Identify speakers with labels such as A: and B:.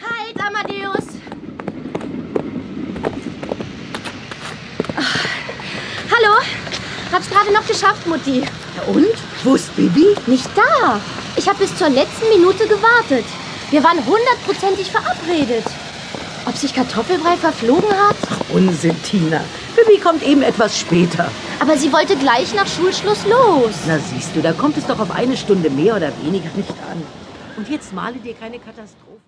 A: Halt, Hab's gerade noch geschafft, Mutti.
B: Ja und? Wo ist Bibi?
A: Nicht da. Ich habe bis zur letzten Minute gewartet. Wir waren hundertprozentig verabredet. Ob sich Kartoffelbrei verflogen hat?
B: Unsinn, Tina. Bibi kommt eben etwas später.
A: Aber sie wollte gleich nach Schulschluss los.
B: Na siehst du, da kommt es doch auf eine Stunde mehr oder weniger nicht an. Und jetzt male dir keine Katastrophe.